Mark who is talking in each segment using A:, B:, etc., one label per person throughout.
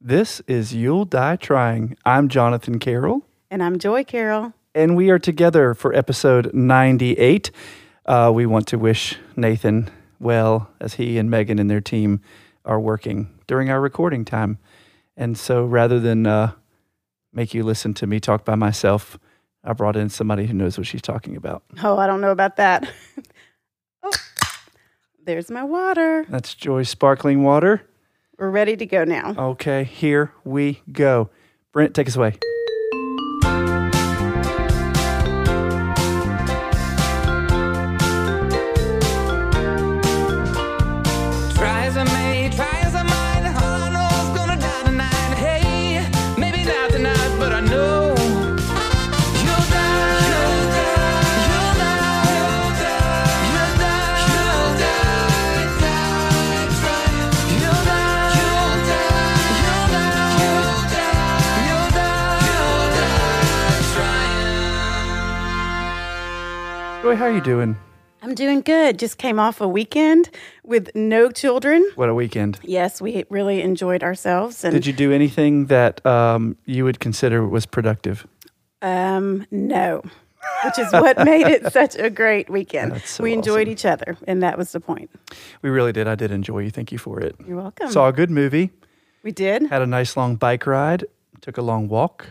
A: This is You'll Die Trying. I'm Jonathan Carroll,
B: And I'm Joy Carroll.
A: and we are together for episode 98. Uh, we want to wish Nathan well as he and Megan and their team are working during our recording time. And so rather than uh, make you listen to me talk by myself, I brought in somebody who knows what she's talking about.
B: Oh, I don't know about that. oh, there's my water.
A: That's Joy's sparkling water.
B: We're ready to go now.
A: Okay, here we go. Brent, take us away.
C: Try as I may, try as I might, all I know is gonna die tonight. Hey, maybe not tonight, but I know. You'll die, you'll die, you'll die, you'll die, you'll die, you'll die, die, trying. You'll die, you'll die, you'll die, you'll die, you'll die, you'll die, trying.
A: Joy, how are you doing?
B: I'm doing good. Just came off a weekend with no children.
A: What a weekend.
B: Yes, we really enjoyed ourselves. And
A: Did you do anything that um, you would consider was productive?
B: Um, no, which is what made it such a great weekend.
A: That's so
B: we enjoyed each other, and that was the point.
A: We really did. I did enjoy you. Thank you for it.
B: You're welcome.
A: Saw a good movie,
B: we did.
A: had a nice long bike ride, took a long walk.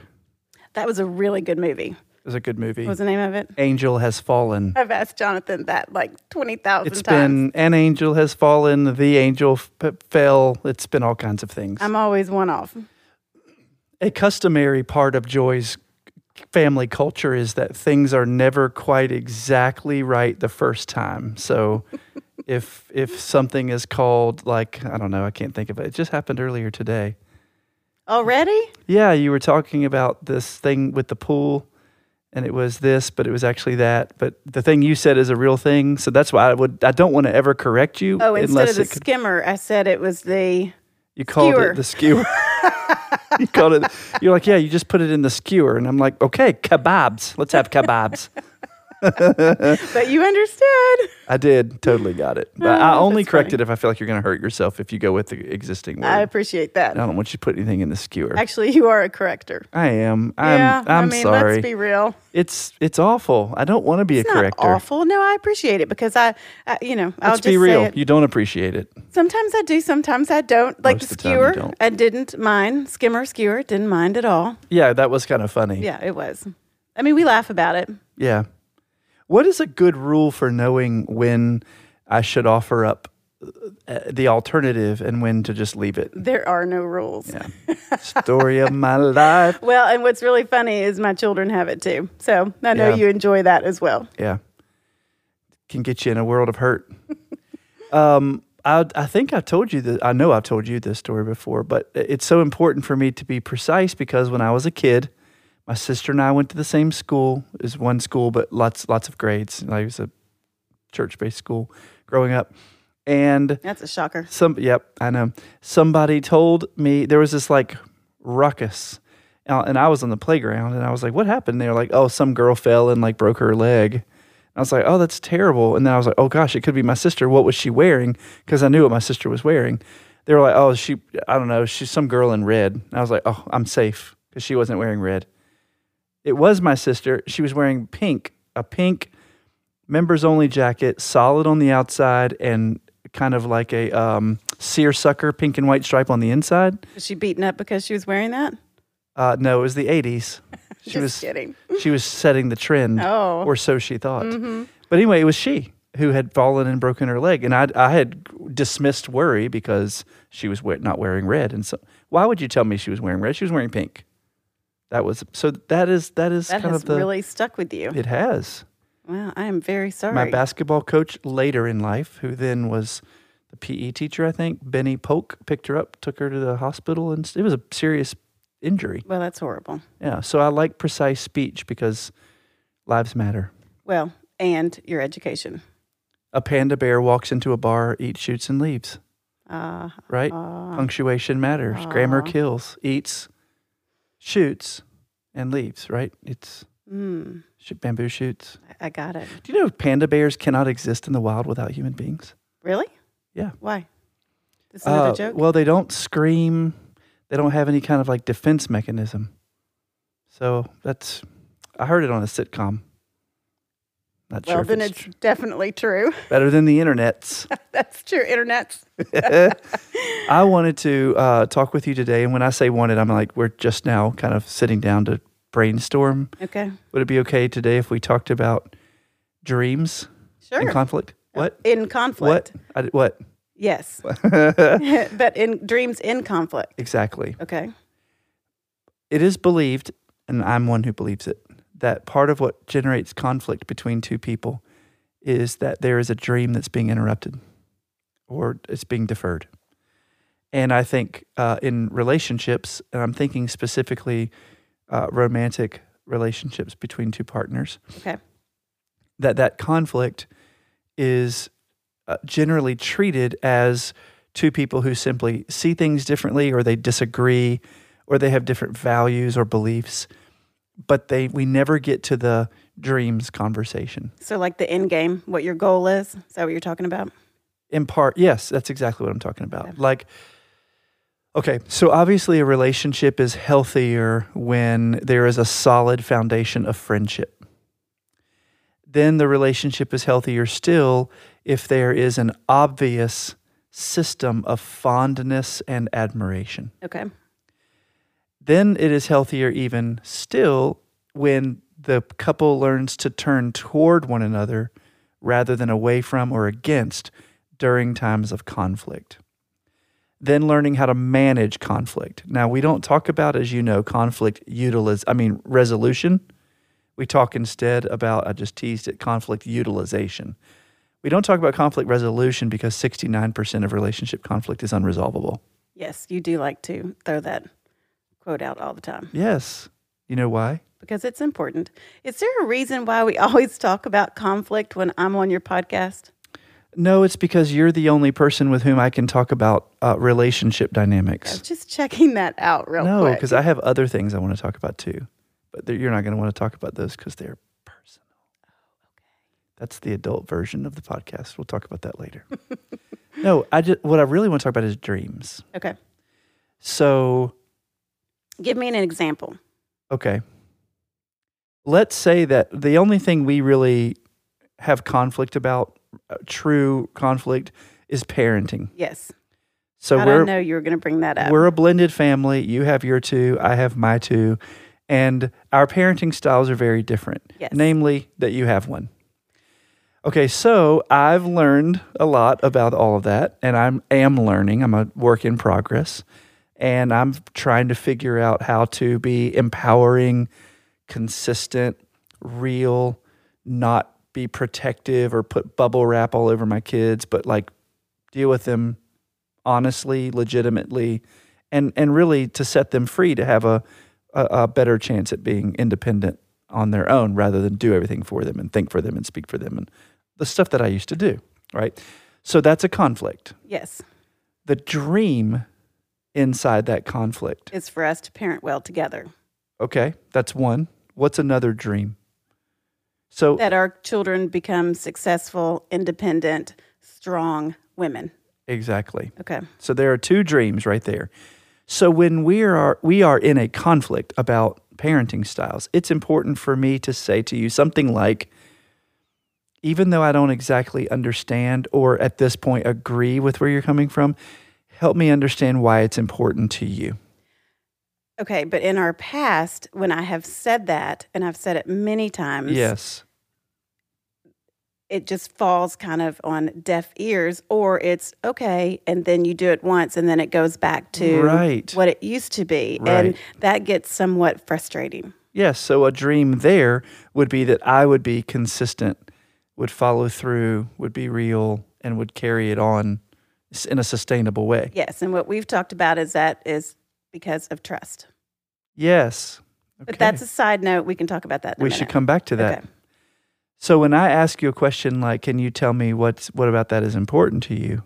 B: That was a really good movie.
A: It was a good movie.
B: What was the name of it?
A: Angel Has Fallen.
B: I've asked Jonathan that like 20,000
A: It's been
B: times.
A: An Angel Has Fallen, The Angel f- p- Fell. It's been all kinds of things.
B: I'm always one off.
A: a customary part of Joy's family culture is that things are never quite exactly right the first time. So if if something is called like I don't know, I can't think of it. It just happened earlier today.
B: Already?
A: Yeah, you were talking about this thing with the pool and it was this, but it was actually that. But the thing you said is a real thing. So that's why I would I don't want to ever correct you
B: Oh, instead of
A: unless
B: the
A: it could,
B: skimmer, I said it was the.
A: you called
B: skewer.
A: it the skewer. you called it you're like, yeah, you just put it in the skewer. And I'm like, okay, kebabs. Let's have kebabs.
B: But you understood.
A: I did totally got it. But I
B: Oh,
A: only
B: that's
A: correct
B: funny.
A: it if I feel like you're going to hurt yourself if you go with the existing word.
B: I
A: I,
B: appreciate that.
A: don't want you to put anything in the skewer.
B: Actually, you are a corrector.
A: I am. I'm.
B: yeah,
A: I'm
B: I mean,
A: sorry.
B: let's be real.
A: it's it's awful. I don't want to be
B: It's
A: a
B: not
A: corrector.
B: awful. No, I appreciate it because I, I you know, I'll
A: Let's
B: just
A: be
B: say
A: real.
B: it.
A: You don't appreciate it.
B: Sometimes I do, sometimes I don't. Like
A: Most
B: the
A: of the time you
B: skewer,
A: don't.
B: I didn't mind. Skimmer, skewer, didn't mind at all.
A: Yeah, that was kind of funny.
B: Yeah, it was. I mean, we laugh about it.
A: Yeah. What is a good rule for knowing when I should offer up uh, the alternative and when to just leave it?
B: There are no rules.
A: Story of my life.
B: Well, and what's really funny is my children have it too. So I know
A: Yeah.
B: you enjoy that as well.
A: Yeah. Can get you in a world of hurt. um, I, I think I've told you that. I know I've told you this story before, but it's so important for me to be precise because when I was a kid, my sister and I went to the same school. It was one school, but lots lots of grades. Like it was a church based school growing up, and
B: That's a shocker.
A: some yep i know somebody told me there was this like ruckus Uh, and i was on the playground and i was like what happened they were like oh some girl fell and like broke her leg i was like oh that's terrible and then i was like oh gosh it could be my sister what was she wearing because i knew what my sister was wearing they were like oh she i don't know she's some girl in red and i was like oh i'm safe because she wasn't wearing red it was my sister she was wearing pink a pink members only jacket, solid on the outside and kind of like a um, seersucker pink and white stripe on the inside.
B: Was she beaten up because she was wearing that?
A: Uh, no, it was the 80s. She
B: Just
A: was
B: kidding.
A: she was setting the trend,
B: Oh. Mm-hmm.
A: or so she thought. But anyway, it was she who had fallen and broken her leg, and I I had dismissed worry because she was we- not wearing red. And so, why would you tell me she was wearing red? She was wearing pink. That was so. That is that is
B: That
A: kind
B: has
A: of the
B: really stuck with you.
A: it has.
B: Wow, I am very sorry.
A: my basketball coach later in life, who then was the PE teacher, I think, Benny Polk, picked her up, took her to the hospital, and s- it was a serious injury.
B: well, that's horrible.
A: Yeah. So I like precise speech because lives matter.
B: Well, and your education.
A: A panda bear walks into a bar, eats, shoots, and leaves.
B: Uh,
A: Right? Punctuation matters. Grammar kills. Eats, shoots, and leaves. Right? It's
B: mm,
A: sh- bamboo shoots.
B: I- I got it.
A: Do you know panda bears cannot exist in the wild without human beings?
B: Really?
A: Yeah.
B: Why? This is another
A: Uh,
B: joke.
A: Well, they don't scream. They They don't have any kind of like defense mechanism. So that's, I heard it on a sitcom. Not
B: Well,
A: sure.
B: then
A: if it's
B: it's definitely true.
A: tr- better than the internet's.
B: That's true. Internet's
A: I wanted to uh, talk with you today. And when I say wanted, I'm like, we're just now kind of sitting down to brainstorm.
B: okay.
A: Would it be okay today if we talked about dreams and
B: Sure.
A: conflict? What?
B: in conflict.
A: What? I, did- what?
B: Yes. but in dreams in conflict.
A: Exactly.
B: Okay.
A: It is believed, and I'm one who believes it, that part of what generates conflict between two people is that there is a dream that's being interrupted or it's being deferred. And I think uh, in relationships, and I'm thinking specifically uh, romantic relationships between two partners,
B: Okay.
A: that that conflict is uh, generally treated as two people who simply see things differently or they disagree or they have different values or beliefs but they we never get to the dreams conversation
B: So like the end game, what your goal is. Is that what you're talking about?
A: in part yes that's exactly what i'm talking about like okay so obviously a relationship is healthier when there is a solid foundation of friendship then the relationship is healthier still if there is an obvious system of fondness and admiration
B: Okay.
A: then it is healthier even still when the couple learns to turn toward one another rather than away from or against during times of conflict. Then learning how to manage conflict. Now, we don't talk about, as you know, conflict utiliz I mean, resolution. We talk instead about, I just teased it, conflict utilization. We don't talk about conflict resolution because 69% of relationship conflict is unresolvable.
B: Yes, you do like to throw that quote out all the time
A: Yes. You know why?
B: because it's important. Is there a reason why we always talk about conflict when I'm on your podcast?
A: No, it's because you're the only person with whom I can talk about uh, relationship dynamics.
B: Just checking that out real
A: No,
B: quick.
A: because I have other things I want to talk about too, but they're- you're not going to want to talk about those because they're personal.
B: Oh,
A: That's the adult version of the podcast. We'll talk about that later. no, I just what I really want to talk about is dreams.
B: Okay.
A: So,
B: Give me an example.
A: okay, let's say that the only thing we really have conflict about, uh, true conflict, is parenting.
B: Yes.
A: So
B: I
A: we're
B: don't know you were going to bring that up.
A: We're a blended family. You have your two, I have my two, and our parenting styles are very different.
B: Yes.
A: Namely, that you have one. Okay, so I've learned a lot about all of that, and I'm am learning. I'm a work in progress, and I'm trying to figure out how to be empowering, consistent, real, not be protective or put bubble wrap all over my kids, but like deal with them honestly, legitimately, and and really to set them free to have a a, a better chance at being independent on their own rather than do everything for them and think for them and speak for them and the stuff that I used to do, right? So that's a conflict.
B: yes.
A: The dream inside that conflict.
B: It's for us to parent well together.
A: Okay, that's one. What's another dream? So
B: That our children become successful, independent, strong women.
A: exactly.
B: Okay.
A: So there are two dreams right there. So when we are we are in a conflict about parenting styles, it's important for me to say to you something like even though I don't exactly understand or at this point agree with where you're coming from, help me understand why it's important to you.
B: Okay. But in our past, when I have said that, and I've said it many times,
A: Yes.
B: it just falls kind of on deaf ears, or it's okay. And then you do it once, and then it goes back to
A: Right.
B: what it used to be. And
A: Right.
B: that gets somewhat frustrating.
A: Yes. So a dream there would be that I would be consistent, would follow through, would be real, and would carry it on s- in a sustainable way.
B: Yes. And what we've talked about is that is because of trust.
A: Yes.
B: But
A: Okay.
B: that's a side note. We can talk about that. In
A: we
B: a
A: should
B: minute.
A: come back to that.
B: Okay.
A: So when I ask you a question like, "Can you tell me what's what about that is important to you?"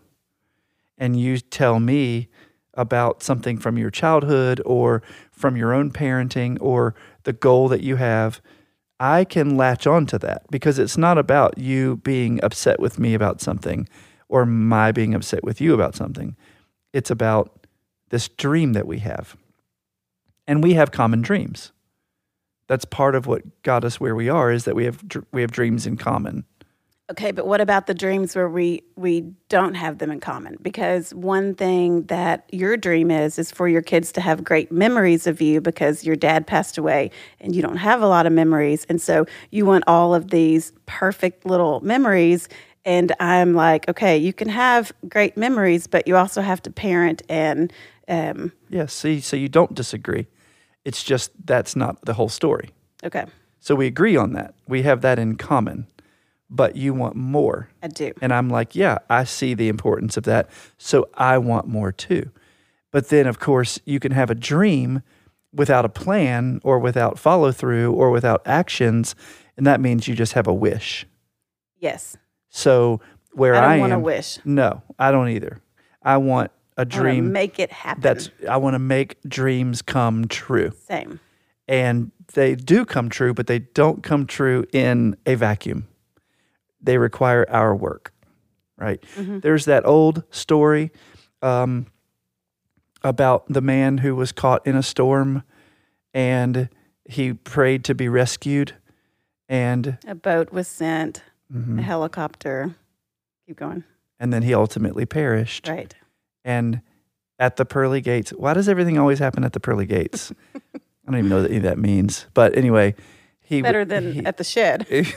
A: and you tell me about something from your childhood or from your own parenting or the goal that you have, I can latch on to that because it's not about you being upset with me about something or my being upset with you about something. It's about this dream that we have. And we have common dreams. That's part of what got us where we are is that we have dr- we have dreams in common.
B: Okay, but what about the dreams where we we don't have them in common? Because one thing that your dream is is for your kids to have great memories of you because your dad passed away and you don't have a lot of memories and so you want all of these perfect little memories and I'm like, okay, you can have great memories, but you also have to parent and um
A: Yes, see, so you don't disagree. It's just that's not the whole story.
B: okay,
A: So we agree on that. We have that in common. But you want more.
B: I do.
A: And I'm like, yeah, I see the importance of that. So I want more too. But then, of course, you can have a dream without a plan or without follow through or without actions. And that means you just have a wish.
B: Yes.
A: So where
B: I don't
A: I,
B: want a
A: am,
B: wish.
A: No, I don't either. I want a
B: I wanna
A: dream.
B: make it happen.
A: that's I want to make dreams come true,
B: same.
A: and they do come true, but they don't come true in a vacuum. They require our work, right?
B: Mm-hmm.
A: There's that old story um, about the man who was caught in a storm, and he prayed to be rescued, and
B: A boat was sent,
A: Mm-hmm.
B: a helicopter. Keep going.
A: and then he ultimately perished.
B: Right.
A: and at the pearly gates. Why does everything always happen at the pearly gates? I don't even know what any of that means. But anyway, he
B: Better than at the shed.
A: didn't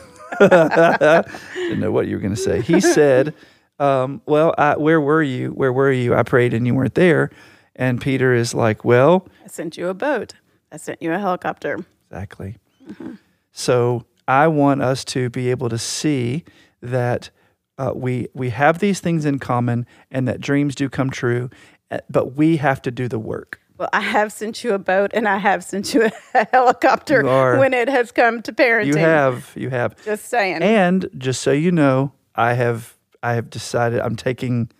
A: know what you were going to say. He said, um, "Well, I, where were you? Where were you? I prayed and you weren't there." And Peter is like, "Well,
B: I sent you a boat. I sent you a helicopter.
A: Exactly.
B: Mm-hmm.
A: So I want us to be able to see that uh, we we have these things in common, and that dreams do come true, eh, but we have to do the work.
B: Well, I have sent you a boat and I have sent you a helicopter
A: You are.
B: when it has come to parenting.
A: You have, you have.
B: Just saying.
A: And just so you know, I have I have decided I'm taking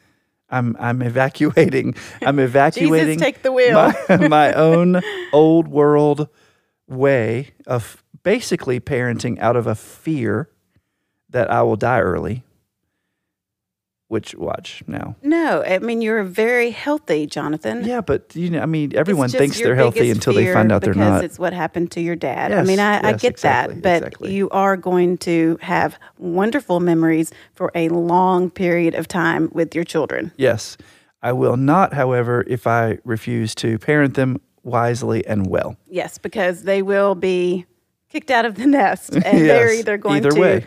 A: I'm I'm evacuating. I'm evacuating
B: take the wheel.
A: my, my own old world way of basically parenting out of a fear that I will die early. Which watch now.
B: no, I mean, you're very healthy, Jonathan.
A: Yeah, but you know, I mean
B: It's
A: everyone
B: just
A: thinks
B: your
A: they're healthy
B: biggest
A: until they
B: fear
A: find out they're
B: because
A: not.
B: It's what happened to your dad. I
A: Yes,
B: mean, I, I
A: yes,
B: get
A: exactly,
B: that, but
A: exactly.
B: you are going to have wonderful memories for a long period of time with your children.
A: Yes. I will not, however, if I refuse to parent them wisely and well.
B: Yes, because they will be kicked out of the nest, and they're
A: Yes,
B: either going
A: either
B: to
A: way,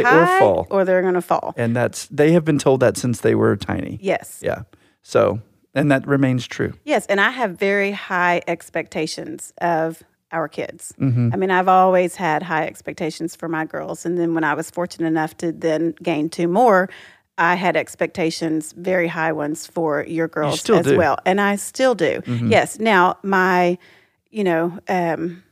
A: fly or
B: high,
A: fall.
B: or they're going to fall.
A: and that's they have been told that since they were tiny.
B: Yes.
A: Yeah. So, and that remains true.
B: Yes, and I have very high expectations of our kids.
A: Mm-hmm.
B: I mean, I've always had high expectations for my girls, and then when I was fortunate enough to then gain two more, I had expectations, very high ones for your girls
A: still
B: as
A: do. Mm-hmm.
B: well, and I still do. Yes. Now, my, you know, um,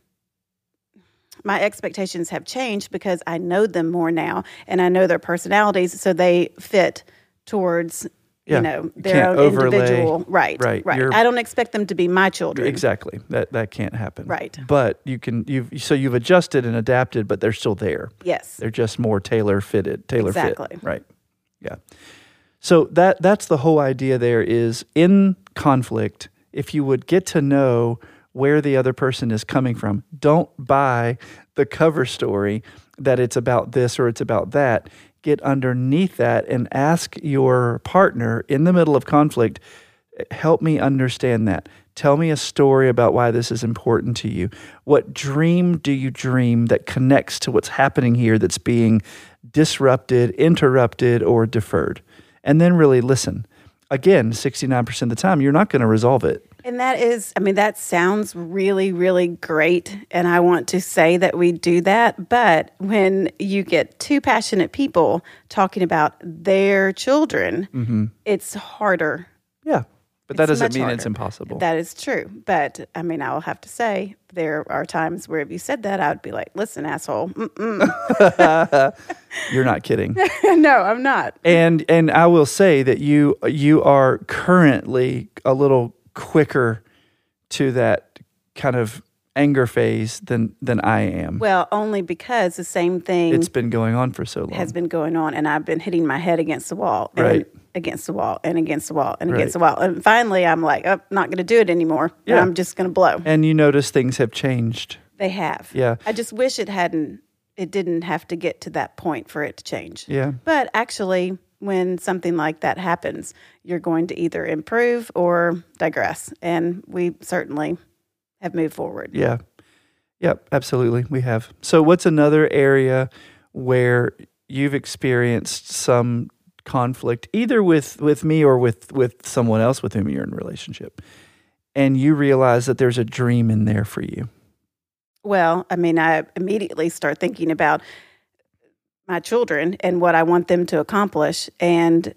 B: my expectations have changed because I know them more now, and I know their personalities, so they fit towards.
A: Yeah,
B: You know
A: you
B: their
A: can't
B: own
A: overlay-
B: individual right
A: Right,
B: right
A: you're-
B: i don't expect them to be my children
A: Exactly. That that can't happen.
B: Right.
A: But you can you've so you've adjusted and adapted, but they're still there.
B: yes
A: They're just more tailor fitted, tailor
B: Exactly.
A: fit. Right. Yeah. So that that's the whole idea there is in conflict, if you would get to know where the other person is coming from, don't buy the cover story that it's about this or it's about that. Get underneath that and ask your partner in the middle of conflict, help me understand that. Tell me a story about why this is important to you. What dream do you dream that connects to what's happening here that's being disrupted, interrupted, or deferred? And then really listen. Again, 69% of the time, you're not going to resolve it.
B: and that is i mean that sounds really really great and i want to say that we do that but when you get two passionate people talking about their children
A: Mm-hmm.
B: it's harder
A: Yeah. But that
B: It's
A: doesn't
B: much
A: mean it's
B: harder.
A: impossible.
B: that is true but i mean i will have to say there are times where if you said that i would be like listen asshole Mm-mm.
A: you're not kidding.
B: no i'm not
A: and and I will say that you you are currently a little quicker to that kind of anger phase than than I am.
B: Well, only because the same thing
A: it's been going on for so long.
B: has been going on, and I've been hitting my head against the wall, and
A: Right.
B: Against the wall, and against the wall, and
A: Right.
B: against the wall, and finally, I'm like, oh, not going to do it anymore.
A: Yeah.
B: I'm just going to blow.
A: and you notice things have changed.
B: They have.
A: Yeah.
B: I just wish it hadn't. It didn't have to get to that point for it to change.
A: Yeah.
B: But actually, when something like that happens, you're going to either improve or digress, and we certainly have moved forward.
A: Yeah. Yep, absolutely. We have. So what's another area where you've experienced some conflict either with with me or with with someone else with whom you're in a relationship and you realize that there's a dream in there for you.
B: Well, I mean, I immediately start thinking about my children and what I want them to accomplish, and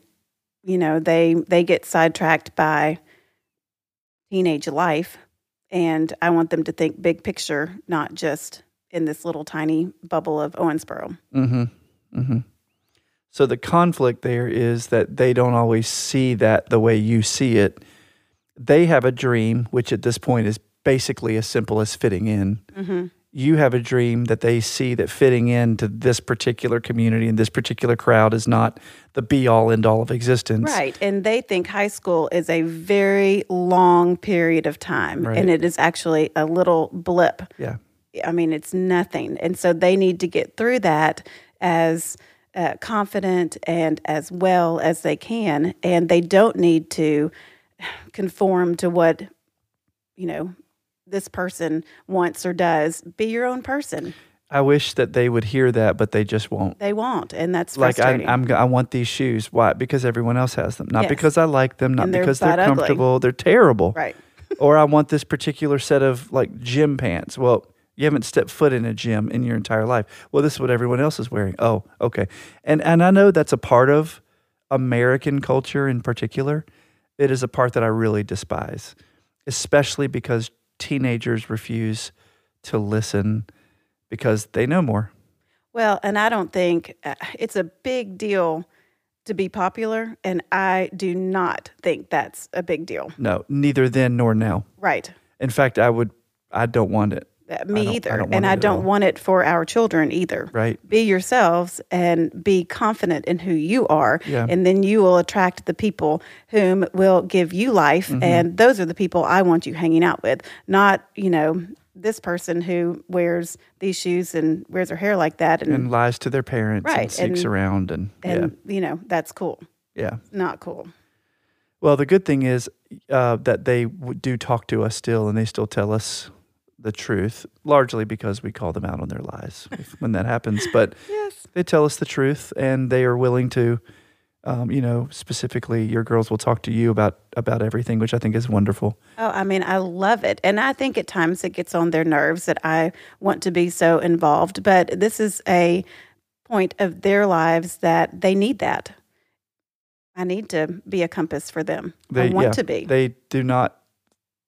B: you know, they they get sidetracked by teenage life, and I want them to think big picture, not just in this little tiny bubble of Owensboro.
A: Mhm. Mhm. So the conflict there is that they don't always see that the way you see it. They have a dream which at this point is basically as simple as fitting in.
B: Mm-hmm.
A: you have a dream that they see that fitting into this particular community and this particular crowd is not the be all end all of existence.
B: Right, and they think high school is a very long period of time,
A: Right.
B: and it is actually a little blip
A: Yeah.
B: I mean, it's nothing. And so they need to get through that as uh, confident and as well as they can. And they don't need to conform to what, you know, this person wants or does. Be your own person.
A: I wish that they would hear that, but they just won't.
B: They won't. And that's
A: Like I,
B: frustrating.
A: I'm, g- I want these shoes. Why? Because everyone else has them. Not
B: Yes.
A: because I like them. Not
B: And they're
A: because they're
B: butt ugly.
A: comfortable. They're terrible.
B: right.
A: or I want this particular set of like gym pants. Well, you haven't stepped foot in a gym in your entire life. Well, this is what everyone else is wearing. Oh, okay. And and I know that's a part of American culture in particular. It is a part that I really despise, especially because teenagers refuse to listen because they know more.
B: Well, and I don't think uh, it's a big deal to be popular. And I do not think that's a big deal.
A: No, neither then nor now.
B: Right.
A: In fact, I would I don't want it.
B: Uh,
A: I don't-
B: me
A: I
B: either.
A: don't want
B: and
A: it
B: I
A: at all.
B: don't want it for our children either.
A: Right.
B: Be yourselves and be confident in who you are.
A: Yeah.
B: And then you will attract the people whom will give you life.
A: Mm-hmm.
B: And those are the people I want you hanging out with, not, you know, this person who wears these shoes and wears her hair like that and,
A: And lies to their parents and
B: Right,
A: sneaks
B: and-
A: around and,
B: and you know, that's cool.
A: yeah. Yeah.
B: Not cool.
A: Well, the good thing is uh, that they w- do talk to us still, and they still tell us the truth, largely because we call them out on their lies if- when that happens. But
B: Yes.
A: they tell us the truth, and they are willing to, um, you know, specifically, your girls will talk to you about about everything, which I think is wonderful.
B: Oh, I mean, I love it. And I think at times it gets on their nerves that I want to be so involved, but this is a point of their lives that they need that. I need to be a compass for them.
A: They
B: I want
A: yeah,
B: to be.
A: They do not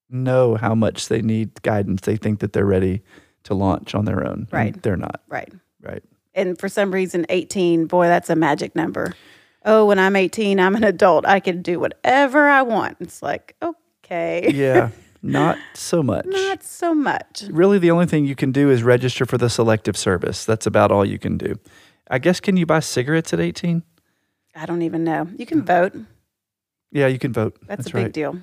A: know how much they need guidance. They think that they're ready to launch on their own. and
B: Right.
A: They're not.
B: right.
A: Right.
B: And for some reason, 18, boy, that's a magic number. Oh, when I'm 18, I'm an adult. I can do whatever I want. It's like, okay,
A: Yeah. not so much.
B: not so much.
A: really the only thing you can do is register for the selective service. That's about all you can do. I guess can you buy cigarettes at 18?
B: I don't even know. You can vote.
A: Yeah, you can vote.
B: That's, a big
A: Uh-huh. right.
B: deal.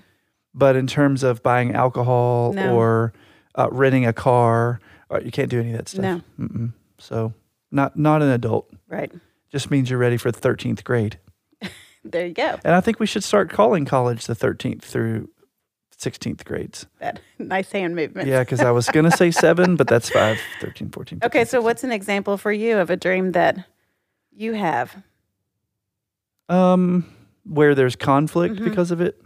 A: But in terms of buying alcohol
B: No.
A: or uh, renting a car, uh, you can't do any of that stuff. No. Mm-mm. So not not an adult.
B: Right.
A: Just means you're ready for 13th grade.
B: There you go.
A: And I think we should start calling college the 13th through 16th grades.
B: That nice hand movement.
A: Yeah, because I was going to say seven, but that's five, 13, 14.
B: Okay,
A: 15.
B: so what's an example for you of a dream that you have?
A: um, where there's conflict
B: Mhm.
A: because of it.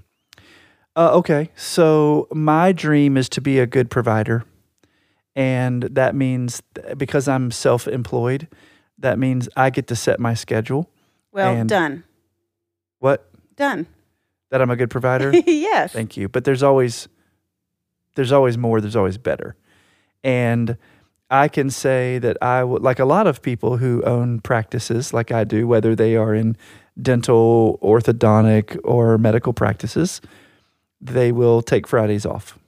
A: Uh, okay, so my dream is to be a good provider, and that means th- because I'm self-employed, that means I get to set my schedule.
B: Well,
A: And-
B: done.
A: What
B: Done.
A: that I'm a good provider.
B: yes.
A: Thank you. But there's always there's always more, there's always better. And I can say that I would like a lot of people who own practices like I do, whether they are in dental, orthodontic, or medical practices, they will take Fridays off.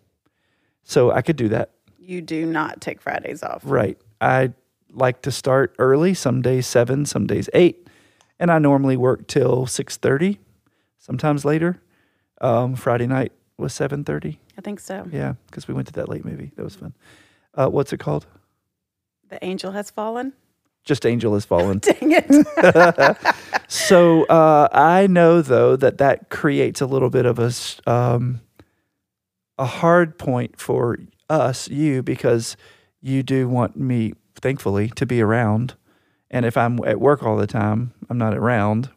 A: So I could do that.
B: you do not take Fridays off.
A: Right. I like to start early, some days 7, some days 8, and I normally work till 6:30, sometimes later. Um, Friday night was 7:30.
B: I think so.
A: Yeah, cuz we went to that late movie. That was fun. Uh, what's it called?
B: The angel has fallen.
A: Just Angel Has Fallen.
B: Dang it.
A: so uh, I know though that that creates a little bit of a s- um, a hard point for us, you, because you do want me, thankfully, to be around, and if I'm at work all the time, I'm not around,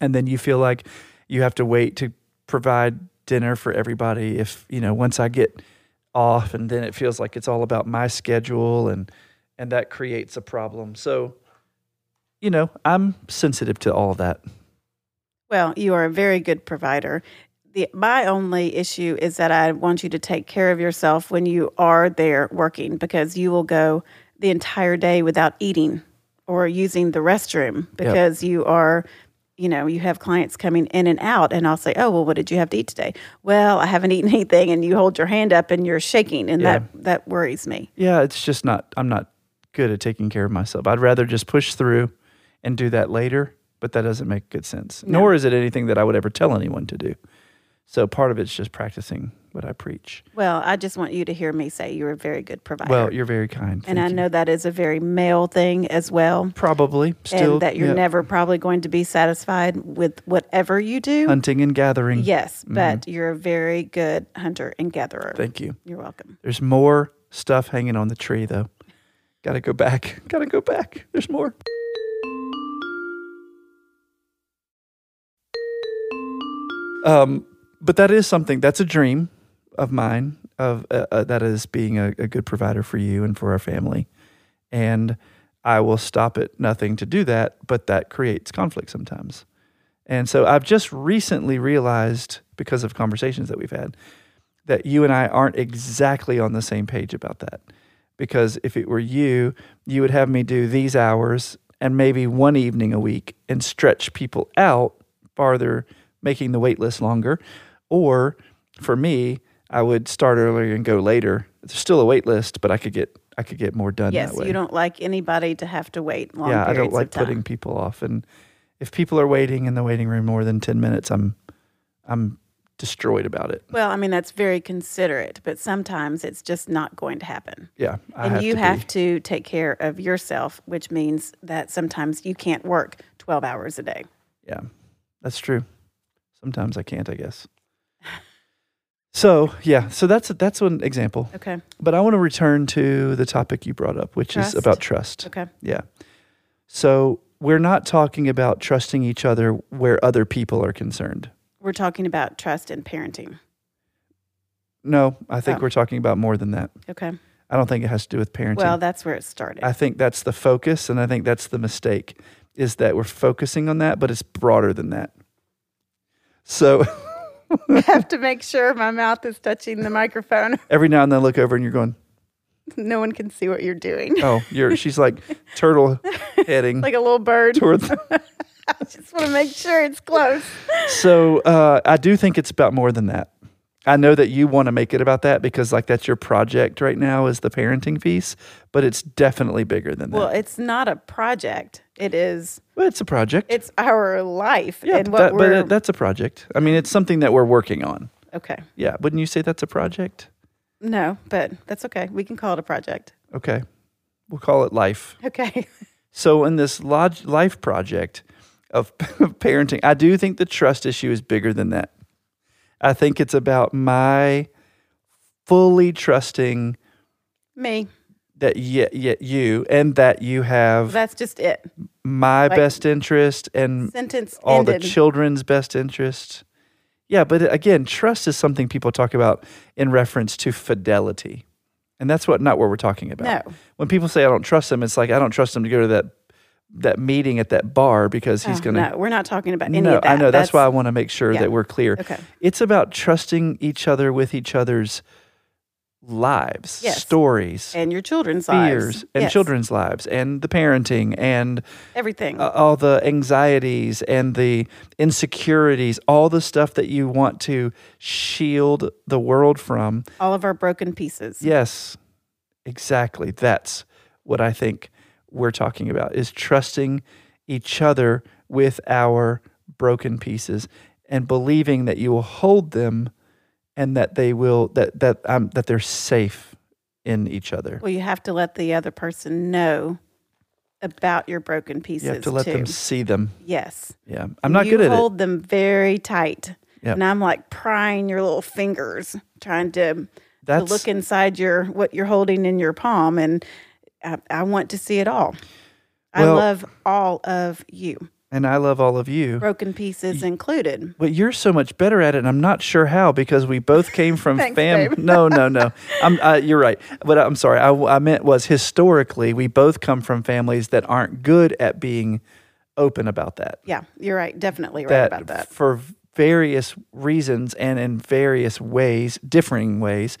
A: and then you feel like you have to wait to provide dinner for everybody. If you know, once I get off, and then it feels like it's all about my schedule, and and that creates a problem. So you know, I'm sensitive to all that.
B: Well, you are a very good provider. The, my only issue is that I want you to take care of yourself when you are there working because you will go the entire day without eating or using the restroom because you are, you know, you have clients coming in and out, and I'll say, Oh, well, what did you have to eat today? Well, I haven't eaten anything. And you hold your hand up and you're shaking, and that, that worries me.
A: Yeah, it's just not, I'm not good at taking care of myself. I'd rather just push through and do that later, but that doesn't make good sense. Nor is it anything that I would ever tell anyone to do. So part of it's just practicing what I preach.
B: Well, I just want you to hear me say you're a very good provider.
A: Well, you're very kind.
B: and I
A: Thank you.
B: know that is a very male thing as well.
A: probably still
B: and that you're
A: yeah,
B: never probably going to be satisfied with whatever you do.
A: hunting and gathering.
B: yes, but you're a very good hunter and gatherer.
A: Thank you.
B: you're welcome.
A: There's more stuff hanging on the tree though. Got to go back. Got to go back. There's more. Um, but that is something. That's a dream of mine. Of uh, uh, that is being a, a good provider for you and for our family, and I will stop at nothing to do that. But that creates conflict sometimes, and so I've just recently realized because of conversations that we've had that you and I aren't exactly on the same page about that. Because if it were you, you would have me do these hours and maybe one evening a week and stretch people out farther, making the wait list longer. Or for me, I would start earlier and go later. There's still a wait list, but I could get I could get more done
B: Yes,
A: that way.
B: you don't like anybody to have to wait long
A: yeah, I
B: periods
A: don't like
B: of time.
A: putting people off. And if people are waiting in the waiting room more than ten minutes, I'm I'm destroyed about it.
B: well, I mean that's very considerate, but sometimes it's just not going to happen.
A: Yeah. I
B: and
A: have
B: you
A: to be.
B: have to take care of yourself, which means that sometimes you can't work 12 hours a day.
A: Yeah, that's true. Sometimes I can't, I guess. So yeah, so that's that's one example.
B: Okay.
A: But I want to return to the topic you brought up, which
B: Trust.
A: is about trust.
B: Okay.
A: Yeah. So we're not talking about trusting each other where other people are concerned.
B: We're talking about trust and parenting.
A: No, I think
B: Oh.
A: we're talking about more than that.
B: Okay.
A: I don't think it has to do with parenting.
B: Well, that's where it started.
A: I think that's the focus, and I think that's the mistake is that we're focusing on that, but it's broader than that. So
B: have to make sure my mouth is touching the microphone.
A: every now and then I look over and you're going,
B: No one can see what you're doing.
A: Oh, you're she's like turtle heading
B: Like a little bird.
A: toward. The,
B: I just want to make sure it's close.
A: so uh, I do think it's about more than that. I know that you want to make it about that because like that's your project right now is the parenting piece, but it's definitely bigger than that.
B: Well,
A: Well,
B: it's not a project. It is
A: it's a project.
B: it's our life
A: yeah,
B: and what
A: that- but
B: we're
A: it- that's a project. I mean, it's something that we're working on.
B: Okay.
A: Yeah, wouldn't you say that's a project?
B: No, but that's okay. We can call it a project.
A: Okay, we'll call it life.
B: Okay.
A: So in this log- life project of, of parenting, I do think the trust issue is bigger than that. I think it's about my fully trusting
B: Me.
A: that yet yet you and that you have
B: That's just it.
A: my
B: like-
A: best interest and
B: Sentence
A: all
B: ended.
A: the children's best interest. Yeah, but again, trust is something people talk about in reference to fidelity. And that's what not what we're talking about.
B: No.
A: When people say I don't trust him, it's like I don't trust him to go to that that meeting at that bar because he's
B: Oh,
A: going to
B: No, we're not talking about any
A: no,
B: of that.
A: I know. That's, why I want to make sure
B: yeah.
A: that we're clear.
B: Okay.
A: It's about trusting each other with each other's lives,
B: Yes.
A: stories,
B: and your children's
A: fears,
B: lives.
A: and
B: Yes.
A: children's lives, and the parenting, and
B: Everything.
A: uh, all the anxieties and the insecurities, all the stuff that you want to shield the world from.
B: all of our broken pieces.
A: Yes, exactly. That's what I think we're talking about is trusting each other with our broken pieces and believing that you will hold them and that they will that that um, that they're safe in each other.
B: Well, you have to let the other person know about your broken pieces
A: You have to let
B: too.
A: them see them.
B: yes.
A: Yeah. I'm not
B: you
A: good at it.
B: hold them very tight.
A: Yep.
B: And I'm like prying your little fingers, trying to, to
A: That's
B: look inside your what you're holding in your palm, and I, I want to see it all.
A: Well-
B: I love all of you,
A: and I love all of you.
B: broken pieces included.
A: But you're so much better at it, and I'm not sure how because we both came from
B: Thanks,
A: family.
B: babe.
A: No, no, no. I'm, uh, you're right. But I'm sorry. I, I meant was historically we both come from families that aren't good at being open about that.
B: Yeah, you're right. Definitely right about that.
A: for various reasons and in various ways, differing ways,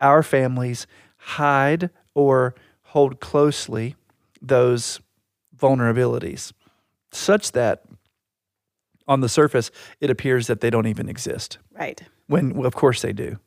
A: our families hide or hold closely those vulnerabilities, such that on the surface it appears that they don't even exist
B: Right.
A: when well, of course they do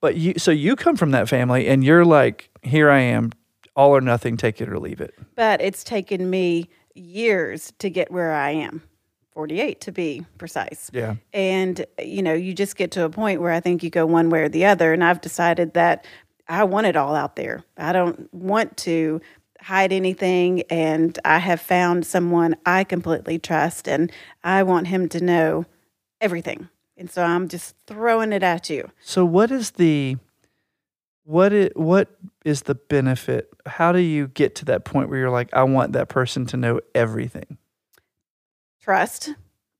A: but you so you come from that family and you're like here i am all or nothing take it or leave it
B: But it's taken me years to get where I am 48 to be precise.
A: yeah
B: And, you know, you just get to a point where I think you go one way or the other. And I've decided that I want it all out there. I don't want to hide anything. And I have found someone I completely trust and I want him to know everything. And so I'm just throwing it at you.
A: so what is the what is, what is the benefit how do you get to that point where you're like i want that person to know everything
B: Trust,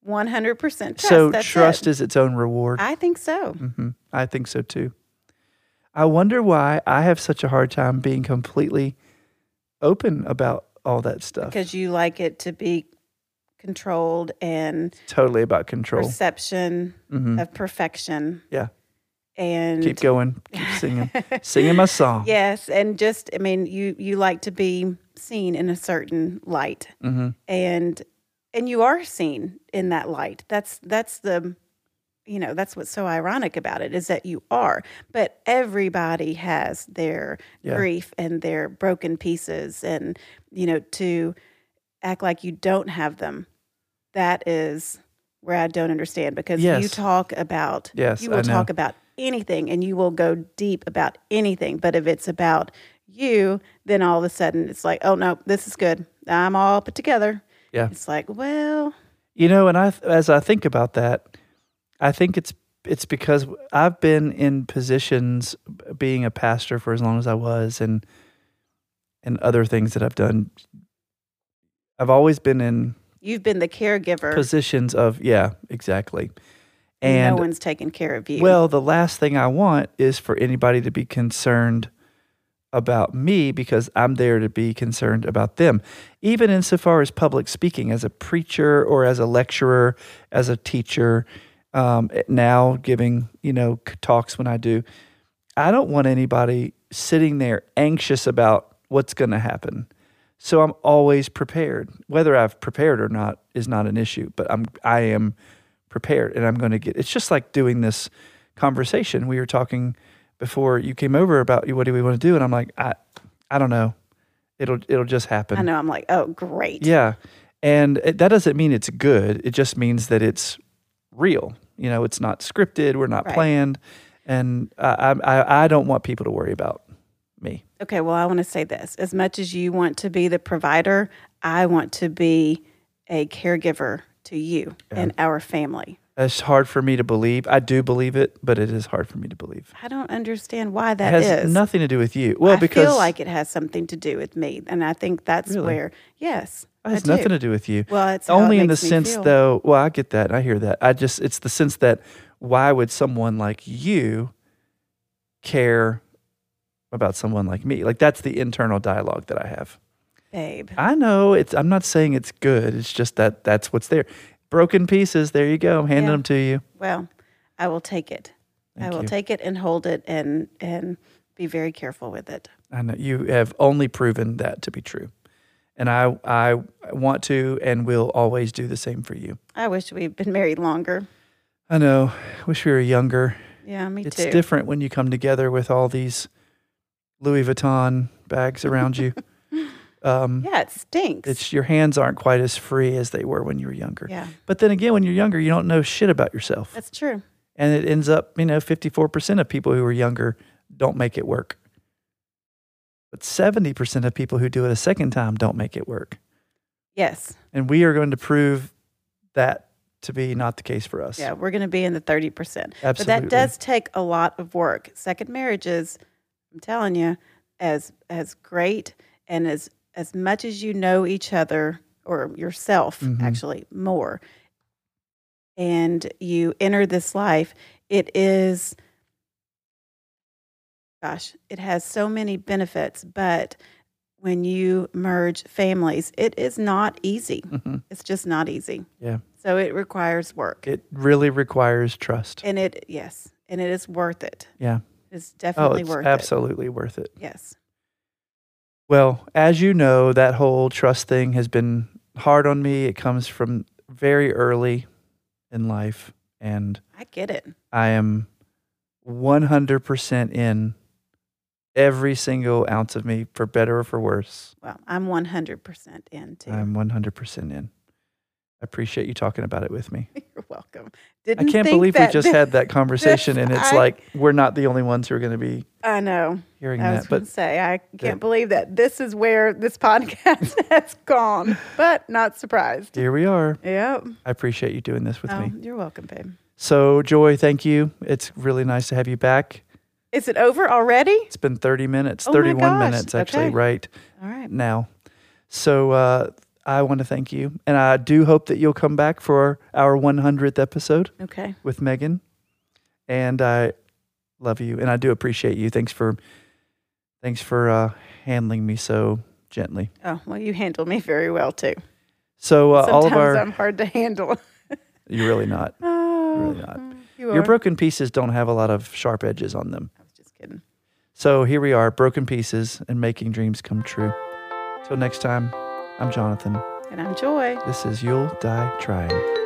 B: 100% trust.
A: so
B: That's
A: trust
B: it.
A: is its own reward
B: I think so.
A: hmm i think so too i wonder why i have such a hard time being completely open about all that stuff
B: Because you like it to be controlled and
A: totally about control
B: perception
A: Mhm.
B: of perfection.
A: Yeah.
B: And
A: keep going keep singing singing my song
B: Yes, and just I mean, you you like to be seen in a certain light,
A: hmm
B: and and you are seen in that light. That's that's the, you know, that's what's so ironic about it is that you are. But everybody has their
A: Yeah.
B: grief and their broken pieces, and you know, to act like you don't have them, that is where I don't understand because you
A: Yes.
B: talk about
A: Yes,
B: you
A: I
B: will
A: know.
B: talk about anything and you will go deep about anything. But if it's about you, then all of a sudden it's like, oh no, this is good. I'm all put together.
A: Yeah.
B: It's like, well,
A: You know, and I as I think about that, I think it's it's because I've been in positions b- being a pastor for as long as I was and and other things that I've done. I've always been in
B: you've been the caregiver.
A: positions of yeah, exactly.
B: and
A: And
B: no one's taking care of you.
A: well, the last thing I want is for anybody to be concerned about me because I'm there to be concerned about them. Even insofar as public speaking, as a preacher or as a lecturer, as a teacher, um, now giving you know c- talks when I do, I don't want anybody sitting there anxious about what's going to happen. So I'm always prepared. Whether I've prepared or not is not an issue, but I'm I am prepared and I'm going to get It's just like doing this conversation we were talking before you came over about what do we want to do and I'm like I I don't know. It'll it'll just happen.
B: I know. I'm like, oh, great.
A: Yeah. And it, that doesn't mean it's good. It just means that it's real. You know, it's not scripted. We're not
B: Right.
A: planned. And I, I- I, I don't want people to worry about me.
B: Okay, well, I want to say this. As much as you want to be the provider, I want to be a caregiver to you and our family.
A: It's hard for me to believe. I do believe it, but it is hard for me to believe.
B: I don't understand why
A: It
B: that is.
A: has nothing to do with you. Well,
B: I
A: because
B: feel like it has something to do with me, and I think that's
A: Really?
B: where yes,
A: it has
B: I do.
A: nothing to do with you.
B: Well, it's how it
A: only in the
B: makes me
A: sense
B: feel.
A: though well i get that i hear that i just it's the sense that why would someone like you care about someone like me like that's the internal dialogue that i have
B: babe.
A: i know it's i'm not saying it's good it's just that that's what's there broken pieces there you go i'm handing
B: Yeah.
A: them to you
B: Well, I will take it. I will
A: you.
B: take it and hold it and and be very careful with it.
A: I know you have only proven that to be true. And I, I want to and will always do the same for you.
B: I wish we'd been married longer.
A: I know. Wish we were younger.
B: Yeah, me
A: It's
B: too.
A: different when you come together with all these Louis Vuitton bags around you. um,
B: Yeah, it stinks.
A: It's your hands aren't quite as free as they were when you were younger.
B: Yeah.
A: But then again, when you're younger, you don't know shit about yourself.
B: That's true.
A: and it ends up, you know, 54% of people who are younger don't make it work. But 70% of people who do it a second time don't make it work.
B: Yes.
A: And we are going to prove that to be not the case for us.
B: Yeah, we're going to be in the 30%. But
A: Absolutely.
B: that does take a lot of work. Second marriages, I'm telling you, as as great and as as much as you know each other or yourself
A: Mhm.
B: actually more and you enter this life, it is gosh, it has so many benefits, but when you merge families, it is not easy.
A: Mhm.
B: It's just not easy.
A: Yeah.
B: So it requires work.
A: It really requires trust.
B: And it, yes, and it is worth it.
A: yeah.
B: It's
A: Oh,
B: definitely
A: it's
B: worth
A: absolutely worth it.
B: it. Yes.
A: Well, as you know, that whole trust thing has been hard on me. It comes from very early in life. And
B: I get it.
A: I am 100% in every single ounce of me, for better or for worse.
B: Well, I'm 100% in too.
A: I'm 100% in. I appreciate you talking about it with me.
B: You're welcome. Didn't
A: I can't
B: think
A: believe we
B: that
A: just
B: this-
A: had that conversation, and it's
B: I-
A: like we're not the only ones who are going to be
B: I know.
A: hearing
B: I was
A: that.
B: going
A: But
B: to say, I can't believe that this is where this podcast has gone, but not surprised.
A: here we are.
B: Yep.
A: I appreciate you doing this with
B: Oh,
A: me.
B: you're welcome, babe.
A: So, Joy, thank you. It's really nice to have you back.
B: Is it over already?
A: It's been 30 minutes,
B: Oh my
A: 31
B: gosh,
A: minutes actually,
B: okay.
A: right?
B: All right.
A: now. So uh, I want to thank you. And I do hope that you'll come back for our 100th episode
B: Okay.
A: with Megan. And I love you and I do appreciate you. Thanks for thanks for uh, handling me so gently.
B: Oh, well, you handle me very well too.
A: So uh, all
B: Sometimes
A: of our
B: I'm hard to handle.
A: you're really not.
B: Oh,
A: Really not.
B: You
A: Your
B: are.
A: broken pieces don't have a lot of sharp edges on them.
B: I was just kidding.
A: So here we are, broken pieces and making dreams come true. Till next time, I'm Jonathan.
B: And I'm Joy.
A: This is You'll Die Trying.